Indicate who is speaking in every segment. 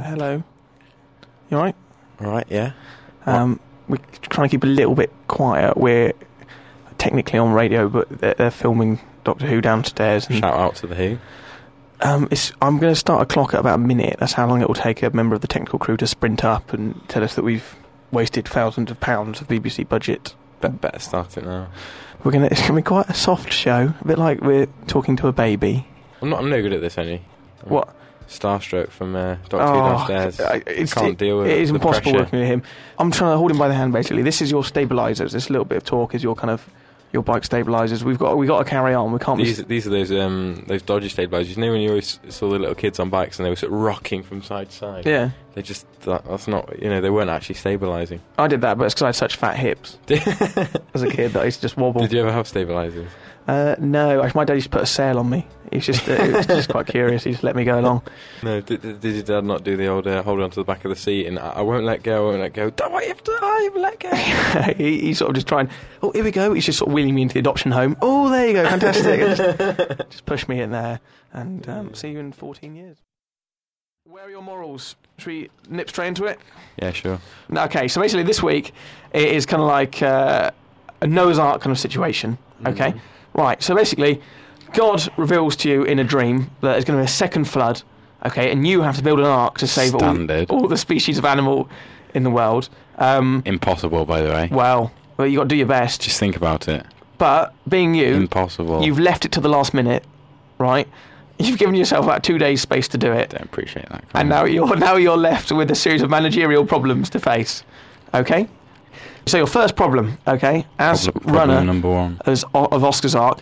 Speaker 1: Hello. You alright?
Speaker 2: All right, yeah.
Speaker 1: Um, we're trying to keep a little bit quiet. We're technically on radio, but they're, they're filming Doctor Who downstairs. And,
Speaker 2: Shout out to the Who.
Speaker 1: um, it's, I'm going to start a clock at about a minute. That's how long it will take a member of the technical crew to sprint up and tell us that we've wasted thousands of pounds of BBC budget.
Speaker 2: Be- better start it now.
Speaker 1: We're gonna. It's gonna be quite a soft show, a bit like we're talking to a baby.
Speaker 2: I'm not. I'm no good at this, any.
Speaker 1: What?
Speaker 2: Starstroke from uh, Doctor
Speaker 1: Oh,
Speaker 2: Who downstairs.
Speaker 1: I- it's-
Speaker 2: Can't
Speaker 1: it-
Speaker 2: deal with
Speaker 1: It is
Speaker 2: the
Speaker 1: impossible
Speaker 2: pressure.
Speaker 1: working with him. I'm trying to hold him by the hand. Basically, this is your stabilizers. This little bit of talk is your kind of your bike stabilizers. We've got we got to carry on. We can't. be-
Speaker 2: These these are those um those dodgy stage bikes. You know when you always saw the little kids on bikes and they were sort of rocking from side to side.
Speaker 1: yeah,
Speaker 2: They just that, that's not you know they weren't actually stabilizing.
Speaker 1: I did that, but it's because I had such fat hips as a kid that I used to just wobble.
Speaker 2: Did you ever have stabilizers?
Speaker 1: Uh, no, actually, my dad used to put a sail on me. He's just uh, it was just quite curious. He just let me go along.
Speaker 2: No. Did, did, did your dad not do the old uh, hold on to the back of the seat and I, I won't let go, I won't let go. Don't I have to? I have let go.
Speaker 1: he, he sort of just trying. Oh, here we go. He's just sort of wheeling me into the adoption home. Oh, there you go, fantastic. And just, just push me in there, and um, see you in 14 years. Where are your morals? Should we nip straight into it?
Speaker 2: Yeah, sure.
Speaker 1: No, Okay, so basically this week it is kind of like uh, a Noah's Ark kind of situation.
Speaker 3: Mm-hmm.
Speaker 1: Okay, right. So basically, God reveals to you in a dream that there's going to be a second flood. Okay, and you have to build an ark to save all,
Speaker 3: Standard.
Speaker 1: all the species of animal in the world. Um,
Speaker 3: Impossible, by the way.
Speaker 1: well, well, you got to do your best.
Speaker 3: Just think about it.
Speaker 1: But being you,
Speaker 3: Impossible.
Speaker 1: you've left it to the last minute, right? You've given yourself about two days space to do it,
Speaker 3: Don't appreciate that.
Speaker 1: and now you're now you're left with a series of managerial problems to face. Okay. So your first problem, okay, as
Speaker 3: problem, problem
Speaker 1: runner
Speaker 3: number one.
Speaker 1: as o- of Oscar's Arc,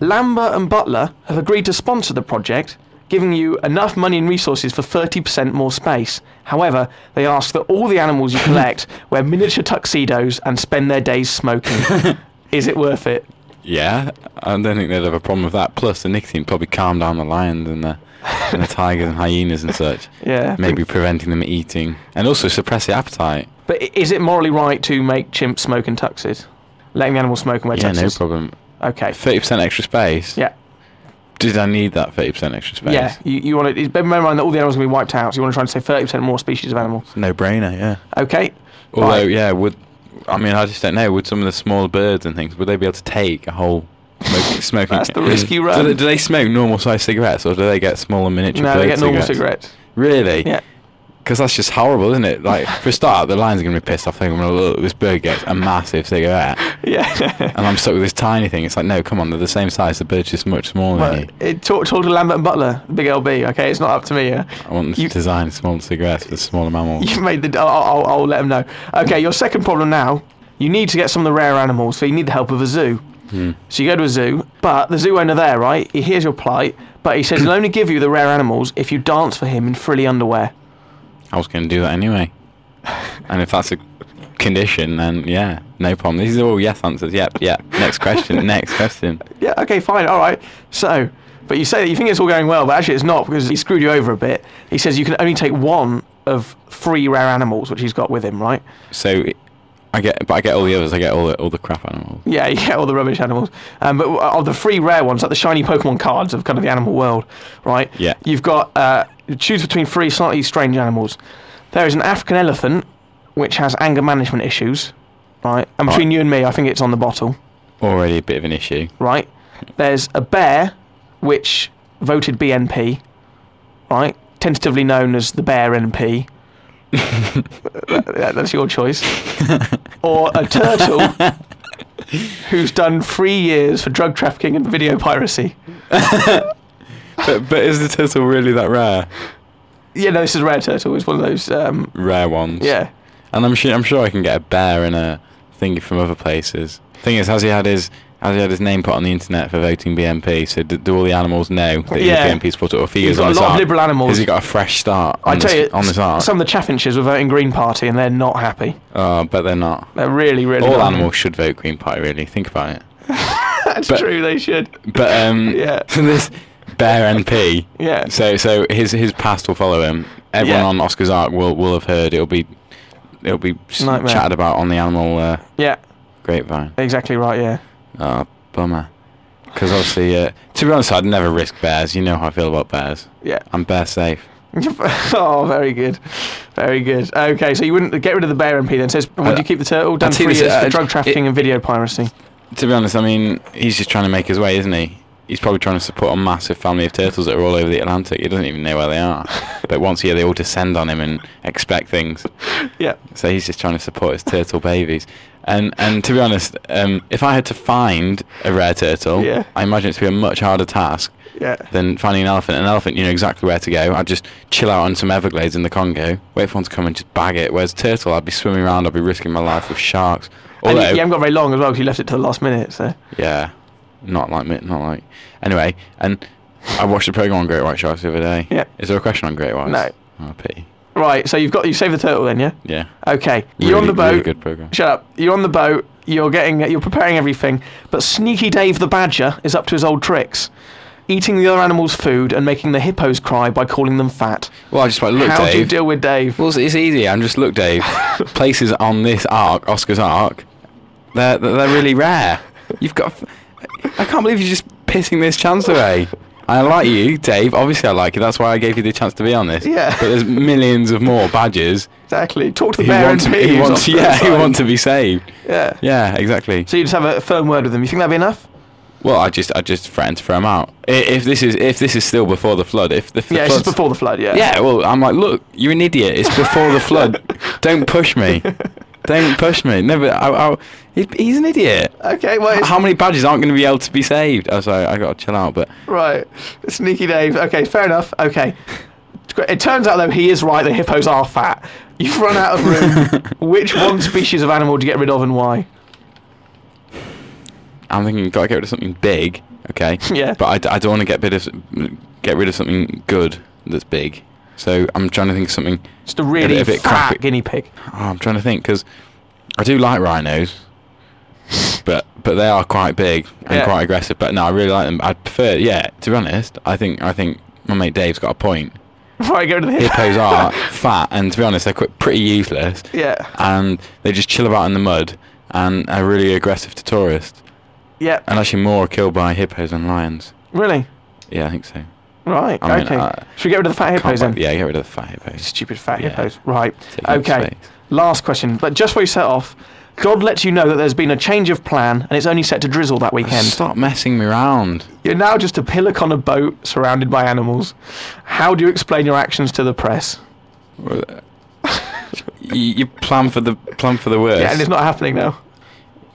Speaker 1: Lambert and Butler have agreed to sponsor the project, giving you enough money and resources for 30% more space. However, they ask that all the animals you collect wear miniature tuxedos and spend their days smoking. Is it worth it?
Speaker 3: Yeah, I don't think they'd have a problem with that. Plus, the nicotine probably calmed down the lions and the, and the tigers and hyenas and such.
Speaker 1: Yeah.
Speaker 3: Maybe preventing them eating and also suppress the appetite.
Speaker 1: But i- is it morally right to make chimps smoke in tuxes? Letting the animals smoke and wear
Speaker 3: Yeah, no
Speaker 1: tuxes?
Speaker 3: problem.
Speaker 1: Okay.
Speaker 3: Thirty percent extra space.
Speaker 1: Yeah.
Speaker 3: Did I need that thirty percent extra space?
Speaker 1: Yeah. You, you want to. Bear in mind that all the animals are going to be wiped out, so you want to try and save 30% more species of animals.
Speaker 3: No brainer. Yeah.
Speaker 1: Okay.
Speaker 3: Although,
Speaker 1: Right.
Speaker 3: yeah, would I mean I just don't know. Would some of the smaller birds and things would they be able to take a whole smoking? smoking
Speaker 1: That's the risk you
Speaker 3: Do
Speaker 1: run.
Speaker 3: they, do they smoke normal sized cigarettes or do they get smaller miniature?
Speaker 1: No, they
Speaker 3: bird
Speaker 1: get normal
Speaker 3: cigarettes?
Speaker 1: cigarettes.
Speaker 3: Really?
Speaker 1: Yeah.
Speaker 3: Because that's just horrible, isn't it? Like for a start, the lions are gonna be pissed off. Thinking, well, look, this bird gets a massive cigarette,
Speaker 1: Yeah.
Speaker 3: and I'm stuck with this tiny thing. It's like, no, come on, they're the same size. The bird's just much smaller than
Speaker 1: Well,
Speaker 3: you.
Speaker 1: it talk, talk to Lambert and Butler, the big LB. Okay, it's not up to me. Yeah?
Speaker 3: I want them to
Speaker 1: you-
Speaker 3: design smaller cigarettes for smaller mammals.
Speaker 1: You've made the. I'll, I'll, I'll let them know. Okay, your second problem now. You need to get some of the rare animals, so you need the help of a zoo.
Speaker 3: Hmm.
Speaker 1: So you go to a zoo, but the zoo owner there, right? He hears your plight, but he says he'll only give you the rare animals if you dance for him in frilly underwear.
Speaker 3: I was going to do that anyway. And if that's a condition, then yeah, no problem. These are all yes answers. Yep, yep. Next question. next question.
Speaker 1: Yeah, okay, fine, all right. So, but you say that you think it's all going well, but actually it's not because he screwed you over a bit. He says you can only take one of three rare animals which he's got with him, right?
Speaker 3: So I get, but I get all the others. I get all the all the crap animals.
Speaker 1: Yeah, you get all the rubbish animals. Um, but of the free rare ones, like the shiny Pokemon cards of kind of the animal world, right?
Speaker 3: Yeah.
Speaker 1: You've got uh, choose between three slightly strange animals. There is an African elephant, which has anger management issues, right? And between you and me, I think it's on the bottle,
Speaker 3: Already a bit of an issue.
Speaker 1: right? There's a bear, which voted BNP, right? Tentatively known as the Bear NP. That- that's your choice. or a turtle who's done three years for drug trafficking and video piracy.
Speaker 3: But, but is the turtle really that rare?
Speaker 1: Yeah, no, this is a rare turtle. It's one of those. Um,
Speaker 3: Rare ones.
Speaker 1: yeah,
Speaker 3: And I'm sure I'm sure I can get a bear and a thingy from other places. Thing is, has he had his has he had his name put on the internet for voting BNP? So do, do all the animals know that he's
Speaker 1: Yeah.
Speaker 3: a BNP supporter? Or if he
Speaker 1: He's
Speaker 3: is
Speaker 1: got
Speaker 3: on
Speaker 1: a
Speaker 3: this
Speaker 1: lot of
Speaker 3: arc,
Speaker 1: liberal animals.
Speaker 3: Has he got a fresh start?
Speaker 1: I
Speaker 3: on
Speaker 1: tell
Speaker 3: this,
Speaker 1: you,
Speaker 3: on this arc?
Speaker 1: some of the Chaffinches were voting Green Party, and they're not happy.
Speaker 3: Oh, but they're not.
Speaker 1: They're really, really.
Speaker 3: All
Speaker 1: not happy.
Speaker 3: animals should vote Green Party, really. Think about it.
Speaker 1: That's
Speaker 3: but-
Speaker 1: true. They should.
Speaker 3: But um,
Speaker 1: Yeah.
Speaker 3: so this bear NP.
Speaker 1: Yeah.
Speaker 3: So so his his past will follow him. Everyone
Speaker 1: Yeah.
Speaker 3: on Oscar's arc will will have heard. It'll be it'll be s-
Speaker 1: Nightmare.
Speaker 3: chatted about on the animal uh,
Speaker 1: Yeah,
Speaker 3: grapevine.
Speaker 1: exactly right. Yeah.
Speaker 3: Oh, bummer. Because obviously, uh, to be honest, I'd never risk bears. You know how I feel about bears.
Speaker 1: Yeah.
Speaker 3: I'm bear safe.
Speaker 1: oh, very good, very good. Okay, so you wouldn't get rid of the bear MP then? Says, would
Speaker 3: Uh,
Speaker 1: you keep the turtle? Done
Speaker 3: I'd see
Speaker 1: three
Speaker 3: this,
Speaker 1: years
Speaker 3: uh,
Speaker 1: for drug
Speaker 3: it-
Speaker 1: trafficking and video piracy.
Speaker 3: To be honest, I mean, he's just trying to make his way, isn't he? He's probably trying to support a massive family of turtles that are all over the Atlantic. He doesn't even know where they are. but once a year, they all descend on him and expect things.
Speaker 1: Yeah.
Speaker 3: So he's just trying to support his turtle babies. And and to be honest, um, if I had to find a rare turtle,
Speaker 1: Yeah.
Speaker 3: I imagine it to be a much harder task
Speaker 1: Yeah.
Speaker 3: than finding an elephant. An elephant, you know exactly where to go. I'd just chill out on some Everglades in the Congo, wait for one to come and just bag it. Whereas turtle, I'd be swimming around, I'd be risking my life with sharks.
Speaker 1: And
Speaker 3: Although,
Speaker 1: you, you haven't got very long as well because you left it to the last minute. So
Speaker 3: yeah, not like me, not like. Anyway, and I watched a program on great white sharks the other day.
Speaker 1: Yeah.
Speaker 3: Is there a question on great whites?
Speaker 1: No.
Speaker 3: Oh, pity.
Speaker 1: right, so you've got you saved the turtle then, yeah?
Speaker 3: Yeah.
Speaker 1: Okay, you're on
Speaker 3: Really-
Speaker 1: the boat.
Speaker 3: Really good program.
Speaker 1: Shut up. You're on the boat. You're getting. You're preparing everything. But Sneaky Dave the Badger is up to his old tricks, eating the other animals' food and making the hippos cry by calling them fat.
Speaker 3: Well, I just like look,
Speaker 1: How
Speaker 3: Dave.
Speaker 1: do you deal with Dave?
Speaker 3: Well, it's- it's easy. I'm just look, Dave. places on this arc, Oscar's arc, they're they're they're really rare. You've got. I can't believe you're just pissing this chance away. I like you, Dave. Obviously, I like you. That's why I gave you the chance to be on this.
Speaker 1: Yeah.
Speaker 3: But there's millions of more badges
Speaker 1: Exactly. Talk to the
Speaker 3: who
Speaker 1: bear
Speaker 3: want to,
Speaker 1: and
Speaker 3: who
Speaker 1: peas
Speaker 3: want
Speaker 1: off
Speaker 3: to-
Speaker 1: to the
Speaker 3: yeah, who
Speaker 1: side.
Speaker 3: want to be saved.
Speaker 1: Yeah.
Speaker 3: Yeah, exactly.
Speaker 1: So you just have a firm word with them. You think that'd be enough?
Speaker 3: Well, I just I just threatened to throw him out. I- If this is if this is still before the flood, if the, if the
Speaker 1: yeah, it's just
Speaker 3: flood's-
Speaker 1: before the flood. Yeah.
Speaker 3: Yeah, well, I'm like, look, you're an idiot. It's before the flood. Don't push me. Don't push me. Never. I, I, he- he's an idiot.
Speaker 1: Okay. Well, it's,
Speaker 3: How many badges aren't going to be able to be saved? Oh, sorry, I got to chill out. But
Speaker 1: right. Sneaky Dave. Okay. Fair enough. Okay. It turns out though he is right. The hippos are fat. You've run out of room. Which one species of animal do you get rid of and why?
Speaker 3: I'm thinking, got to get rid of something big. Okay.
Speaker 1: Yeah.
Speaker 3: But I d- I, don't want to get rid of get rid of something good that's big. So I'm trying to think of something.
Speaker 1: Just a really
Speaker 3: a bit
Speaker 1: fat
Speaker 3: crappy.
Speaker 1: guinea pig.
Speaker 3: Oh, I'm trying to think because I do like rhinos, but but they are quite big and
Speaker 1: Yeah.
Speaker 3: quite aggressive. But no, I really like them. I prefer. Yeah, to be honest, I think I think my mate Dave's got a point.
Speaker 1: Before I go to the
Speaker 3: Hippos are fat, and to be honest, they're quite pretty useless,
Speaker 1: Yeah.
Speaker 3: and they just chill about in the mud and are really aggressive to tourists.
Speaker 1: Yeah.
Speaker 3: And actually, more are killed by hippos than lions.
Speaker 1: Really?
Speaker 3: Yeah, I think so.
Speaker 1: Right.
Speaker 3: I mean,
Speaker 1: okay.
Speaker 3: I-
Speaker 1: Should we get rid of the fat hippos
Speaker 3: Can't
Speaker 1: then?
Speaker 3: wait- yeah, get rid of the fat hippos.
Speaker 1: Stupid fat
Speaker 3: Yeah.
Speaker 1: hippos. Right.
Speaker 3: Take up
Speaker 1: Okay.
Speaker 3: space.
Speaker 1: Last question. But just before you set off, God lets you know that there's been a change of plan and it's only set to drizzle that weekend.
Speaker 3: Stop messing me around.
Speaker 1: You're now just a pillock on a boat surrounded by animals. How do you explain your actions to the press?
Speaker 3: You, you plan for the plan for the worst.
Speaker 1: Yeah, and it's not happening now.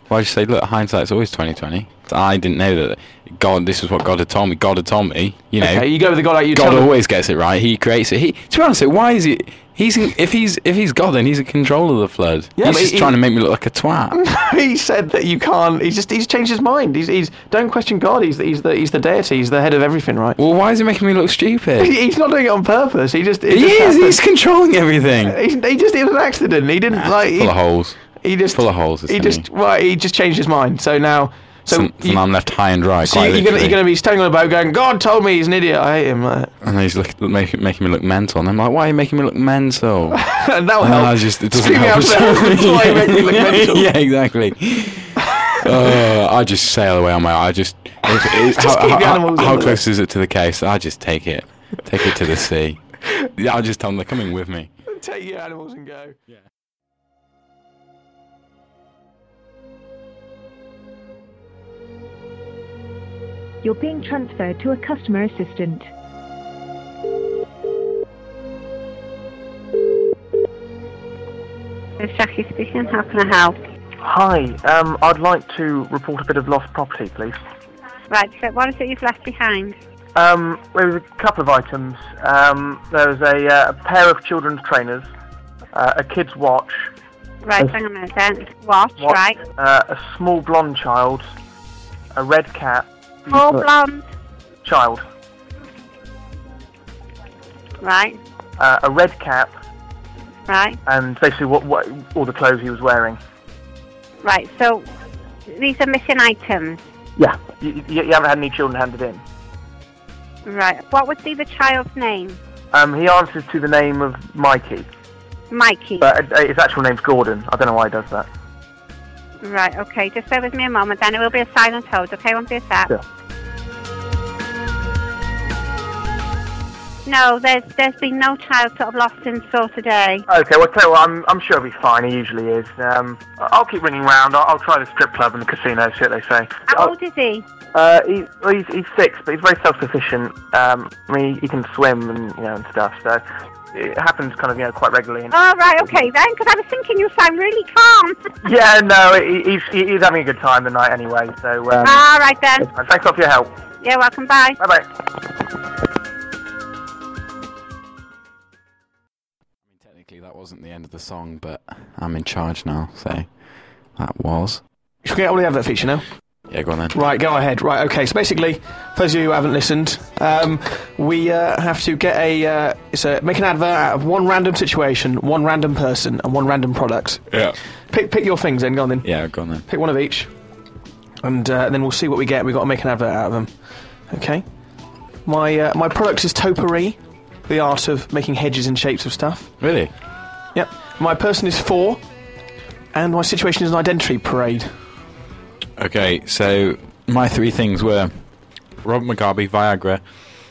Speaker 3: Well, I just say, look, hindsight's always twenty twenty. I didn't know that God. This is what God had told me. God had told me. You know,
Speaker 1: Okay, you go with the God like you
Speaker 3: God
Speaker 1: tell them-
Speaker 3: always gets it right. He creates it. He, to be honest, why is he? He's in, if he's if he's God, then he's in control of the flood.
Speaker 1: Yeah,
Speaker 3: he's
Speaker 1: but
Speaker 3: just
Speaker 1: he-
Speaker 3: trying to make me look like a twat.
Speaker 1: he said that you can't. He's just he's changed his mind. He's, he's don't question God. He's the, he's the he's the deity. He's the head of everything, right?
Speaker 3: well, why is he making me look stupid?
Speaker 1: He- He's not doing it on purpose. He just it
Speaker 3: he
Speaker 1: just
Speaker 3: is.
Speaker 1: happened.
Speaker 3: He's controlling everything.
Speaker 1: He's- he just it was an accident. He didn't like Uh, he,
Speaker 3: full of holes.
Speaker 1: he just
Speaker 3: full of holes,
Speaker 1: He
Speaker 3: isn't
Speaker 1: just
Speaker 3: he?
Speaker 1: right. He just changed his mind. So now so.
Speaker 3: Some,
Speaker 1: you,
Speaker 3: some I'm left high and dry.
Speaker 1: so
Speaker 3: quite
Speaker 1: you're gonna,
Speaker 3: literally.
Speaker 1: you're gonna be standing on a boat going, God told me he's an idiot. I hate him. Uh,
Speaker 3: and he's look, make, making me look mental. And I'm like, why are you making me look mental?
Speaker 1: and that'll
Speaker 3: And
Speaker 1: help.
Speaker 3: I was just, Ah, it doesn't
Speaker 1: Screaming
Speaker 3: help
Speaker 1: out
Speaker 3: us.
Speaker 1: loud, "That's why you make me look mental."
Speaker 3: yeah, exactly. Uh, I just sail away on my. I just. If, if,
Speaker 1: Just
Speaker 3: how
Speaker 1: keep the
Speaker 3: how-
Speaker 1: animals
Speaker 3: how
Speaker 1: under
Speaker 3: close is it to the coast? I just take it, take it to the sea. Yeah, I just tell them they're coming with me.
Speaker 1: Take your animals and go.
Speaker 4: You're being transferred to a customer assistant.
Speaker 5: Saki speaking, how can I help?
Speaker 6: Hi, um, I'd like to report a bit of lost property, please.
Speaker 5: Right, so what is it you've left behind?
Speaker 6: Um, there was a couple of items. Um, there was a, uh, a pair of children's trainers, uh, a kid's watch,
Speaker 5: Right, hang on a minute then. Watch,
Speaker 6: Uh, what-
Speaker 5: right.
Speaker 6: uh, a small blonde child, a red cat, Uh,
Speaker 5: Full blonde,
Speaker 6: child,
Speaker 5: right,
Speaker 6: uh, a red cap,
Speaker 5: right,
Speaker 6: and basically what, what all the clothes he was wearing.
Speaker 5: right. So these are missing items.
Speaker 6: Yeah. You, you, you haven't had any children handed in.
Speaker 5: Right, what would be the child's name?
Speaker 6: Um, he answers to the name of Mikey,
Speaker 5: Mikey.
Speaker 6: but uh, his actual name's Gordon. I don't know why he does that.
Speaker 5: Right, okay, just bear with me a moment then. It will be a silent hold, okay? Won't be a sec.
Speaker 6: Yeah.
Speaker 5: No, there's there's been no child sort of lost in store today.
Speaker 6: Okay, well, tell you what, I'm, I'm sure he'll be fine. He usually is. Um, I- I'll keep ringing round. I'll, I'll try the strip club and the casino, see what they say. Oh,
Speaker 5: How old is he?
Speaker 6: Uh, he, well, he's, he's six, but he's very self-sufficient. Um, I mean, he can swim and you know and stuff. So it happens kind of you know quite regularly. And,
Speaker 5: All right, okay then, because I was thinking you sound really calm.
Speaker 6: yeah, no, he, he's he- he's having a good time the night anyway. So um,
Speaker 5: All right then.
Speaker 6: thanks a lot for your help.
Speaker 5: Yeah, welcome. Bye.
Speaker 6: Bye bye.
Speaker 3: Technically, that wasn't the end of the song, but I'm in charge now, so that was.
Speaker 1: Should we already have that feature now?
Speaker 3: Yeah, go on then.
Speaker 1: Right, go ahead. Right, okay. So basically, for those of you who haven't listened, um, we uh, have to get a, uh, it's a make an advert out of one random situation, one random person, and one random product.
Speaker 3: Yeah.
Speaker 1: Pick pick your things then. Go on then.
Speaker 3: Yeah, go on then.
Speaker 1: Pick one of each, and uh, then we'll see what we get. We've got to make an advert out of them. Okay. My uh, my product is topiary, the art of making hedges and shapes of stuff.
Speaker 3: Really?
Speaker 1: Yep. My person is four, and my situation is an identity parade.
Speaker 3: Okay, so my three things were Robert Mugabe, Viagra,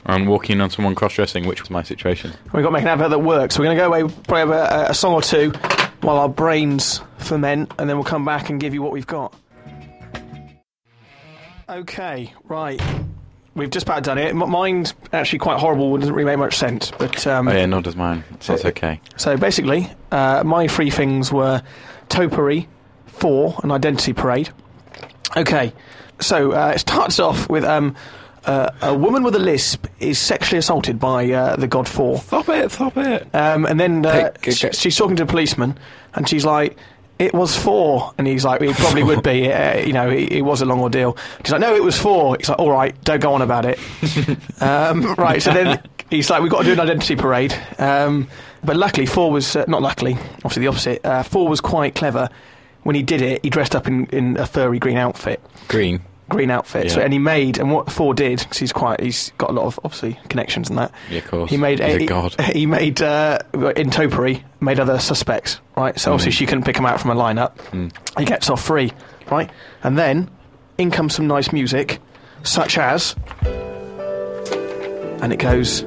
Speaker 3: and walking on someone cross dressing, which was my situation.
Speaker 1: We've got to make an advert that works. We're going to go away, play a, a song or two while our brains ferment, and then we'll come back and give you what we've got. Okay, right. We've just about done it. M- mine's actually quite horrible, doesn't really make much sense. But um,
Speaker 3: Oh, yeah, nor does mine. So it's okay.
Speaker 1: So basically, uh, my three things were topiary, four, an identity parade. Okay, so uh, it starts off with um, uh, a woman with a lisp is sexually assaulted by uh, the god four.
Speaker 3: Stop it, stop it.
Speaker 1: Um, and then uh,
Speaker 3: Hey,
Speaker 1: sh-
Speaker 3: g- g-
Speaker 1: she's talking to a policeman, and she's like, "It was four. and he's like, "It probably would be. Uh, you know, it, it was a long ordeal." She's like, "No, it was four. He's like, "All right, don't go on about it." um, right. So then he's like, "We've got to do an identity parade." Um, but luckily, four was uh, not luckily. Obviously, the opposite. Uh, four was quite clever. When he did it, he dressed up in, in a furry green outfit
Speaker 3: Green.
Speaker 1: green outfit. So,
Speaker 3: Yeah.
Speaker 1: and he made, and what Thor did, because he's quite, he's got a lot of obviously connections and that.
Speaker 3: Yeah, of course.
Speaker 1: He made
Speaker 3: He's a
Speaker 1: he-
Speaker 3: god.
Speaker 1: He made uh, in Topiary made other suspects, right? So obviously she couldn't pick him out from a lineup. He gets off free, right? And then in comes some nice music, such as, and it goes,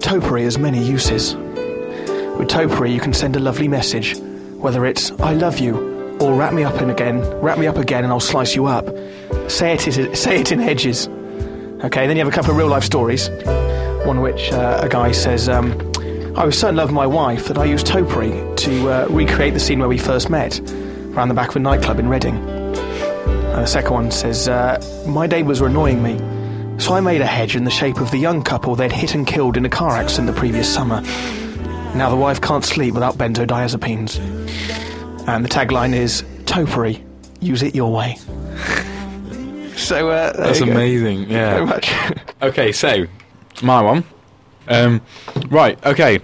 Speaker 1: Topiary has many uses. With Topiary, you can send a lovely message, whether it's "I love you" or "Wrap me up in again, wrap me up again, and I'll slice you up." Say it, is- say it in hedges. Okay, then you have a couple of real life stories. One which uh, a guy says, um, "I was so in love with my wife that I used Topiary to uh, recreate the scene where we first met, around the back of a nightclub in Reading." And the second one says, uh, "My neighbours were annoying me." So I made a hedge in the shape of the young couple they'd hit and killed in a car accident the previous summer. Now the wife can't sleep without benzodiazepines. And the tagline is Topiary, use it your way. so uh, there
Speaker 3: That's
Speaker 1: you go.
Speaker 3: amazing.
Speaker 1: Very
Speaker 3: Yeah.
Speaker 1: much.
Speaker 3: Okay, so my one. Um, right. Okay.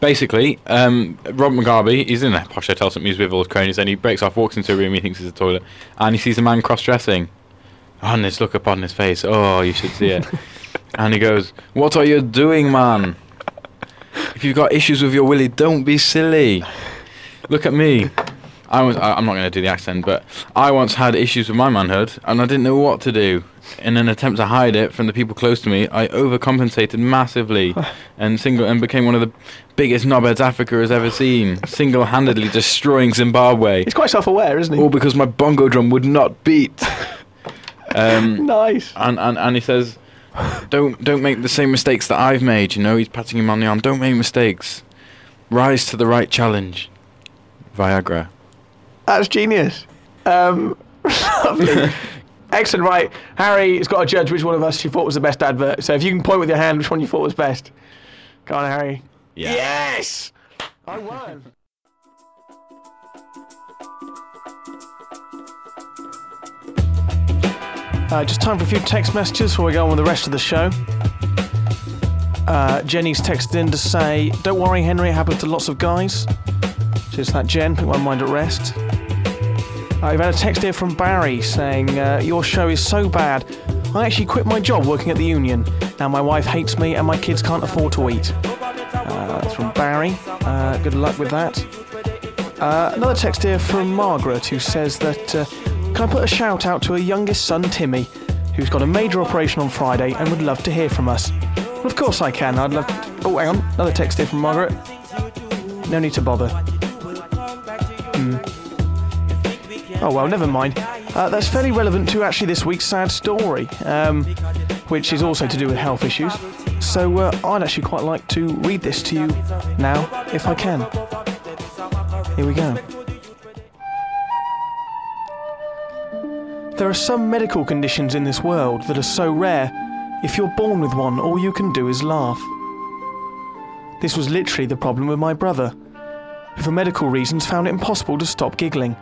Speaker 3: Basically, um, Rob McGarvey is in a posh hotel St. Muse with all his cronies, and he breaks off, walks into a room he thinks is a toilet, and he sees a man cross-dressing. And this look upon his face. Oh, you should see it. and he goes, "What are you doing, man? If you've got issues with your willy, don't be silly. Look at me. I was, I, I'm not going to do the accent, but I once had issues with my manhood, and I didn't know what to do. In an attempt to hide it from the people close to me, I overcompensated massively, and single and became one of the biggest knobheads Africa has ever seen, single-handedly destroying Zimbabwe,
Speaker 1: He's quite self aware, isn't he?
Speaker 3: all because my bongo drum would not beat. Um,
Speaker 1: nice.
Speaker 3: and, and and he says, "Don't don't make the same mistakes that I've made." You know, he's patting him on the arm. Don't make mistakes. Rise to the right challenge. Viagra.
Speaker 1: That's genius. Um, lovely. Excellent, right. Harry has got to judge which one of us you thought was the best advert. So if you can point with your hand which one you thought was best. Go on, Harry.
Speaker 3: Yeah.
Speaker 1: Yes! I won. Uh, just time for a few text messages before we go on with the rest of the show. Uh, Jenny's texted in to say, Don't worry, Henry, it happens to lots of guys. Just that, Jen, put my mind at rest. I've had a text here from Barry saying, uh, Your show is so bad. I actually quit my job working at the union. Now my wife hates me and my kids can't afford to eat. Uh, that's from Barry. Uh, good luck with that. Uh, another text here from Margaret who says that, uh, Can I put a shout out to her youngest son, Timmy, who's got a major operation on Friday and would love to hear from us? Well, of course I can. I'd love. Oh, hang on. Another text here from Margaret. No need to bother. Hmm. Oh, well, never mind. Uh, that's fairly relevant to actually this week's sad story, um, which is also to do with health issues. So uh, I'd actually quite like to read this to you now, if I can. Here we go. There are some medical conditions in this world that are so rare, if you're born with one, all you can do is laugh. This was literally the problem with my brother, who for medical reasons found it impossible to stop giggling,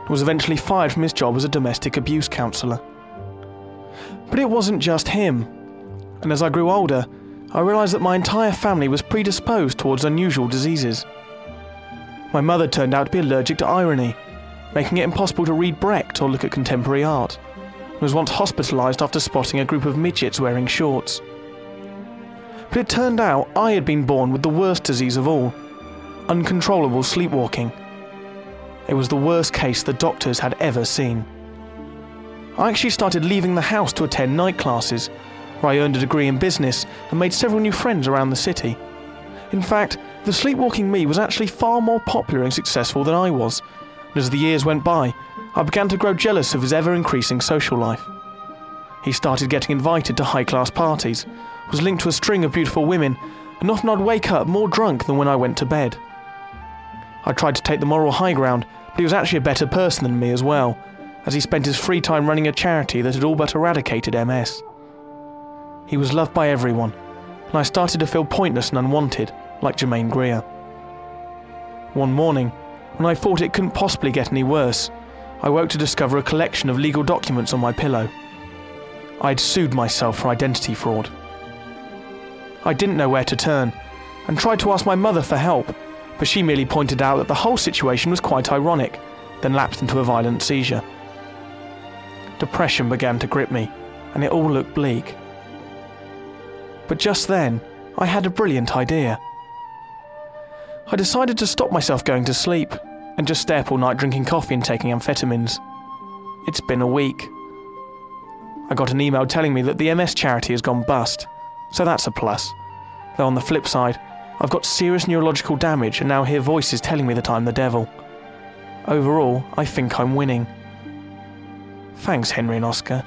Speaker 1: and was eventually fired from his job as a domestic abuse counsellor. But it wasn't just him, and as I grew older, I realised that my entire family was predisposed towards unusual diseases. My mother turned out to be allergic to irony, making it impossible to read Brecht or look at contemporary art, and was once hospitalised after spotting a group of midgets wearing shorts. But it turned out I had been born with the worst disease of all uncontrollable sleepwalking. It was the worst case the doctors had ever seen. I actually started leaving the house to attend night classes, where I earned a degree in business and made several new friends around the city. In fact, the sleepwalking me was actually far more popular and successful than I was, and as the years went by, I began to grow jealous of his ever increasing social life. He started getting invited to high class parties, was linked to a string of beautiful women, and often I'd wake up more drunk than when I went to bed. I tried to take the moral high ground, but he was actually a better person than me as well, as he spent his free time running a charity that had all but eradicated MS. He was loved by everyone, and I started to feel pointless and unwanted, like Jermaine Greer. One morning, when I thought it couldn't possibly get any worse, I woke to discover a collection of legal documents on my pillow. I'd sued myself for identity fraud. I didn't know where to turn and tried to ask my mother for help, but she merely pointed out that the whole situation was quite ironic, then lapsed into a violent seizure. Depression began to grip me, and it all looked bleak. But just then, I had a brilliant idea. I decided to stop myself going to sleep and just stay up all night drinking coffee and taking amphetamines. It's been a week. I got an email telling me that the MS charity has gone bust, so that's a plus. Though on the flip side, I've got serious neurological damage and now hear voices telling me that I'm the devil. Overall, I think I'm winning. Thanks, Henry and Oscar.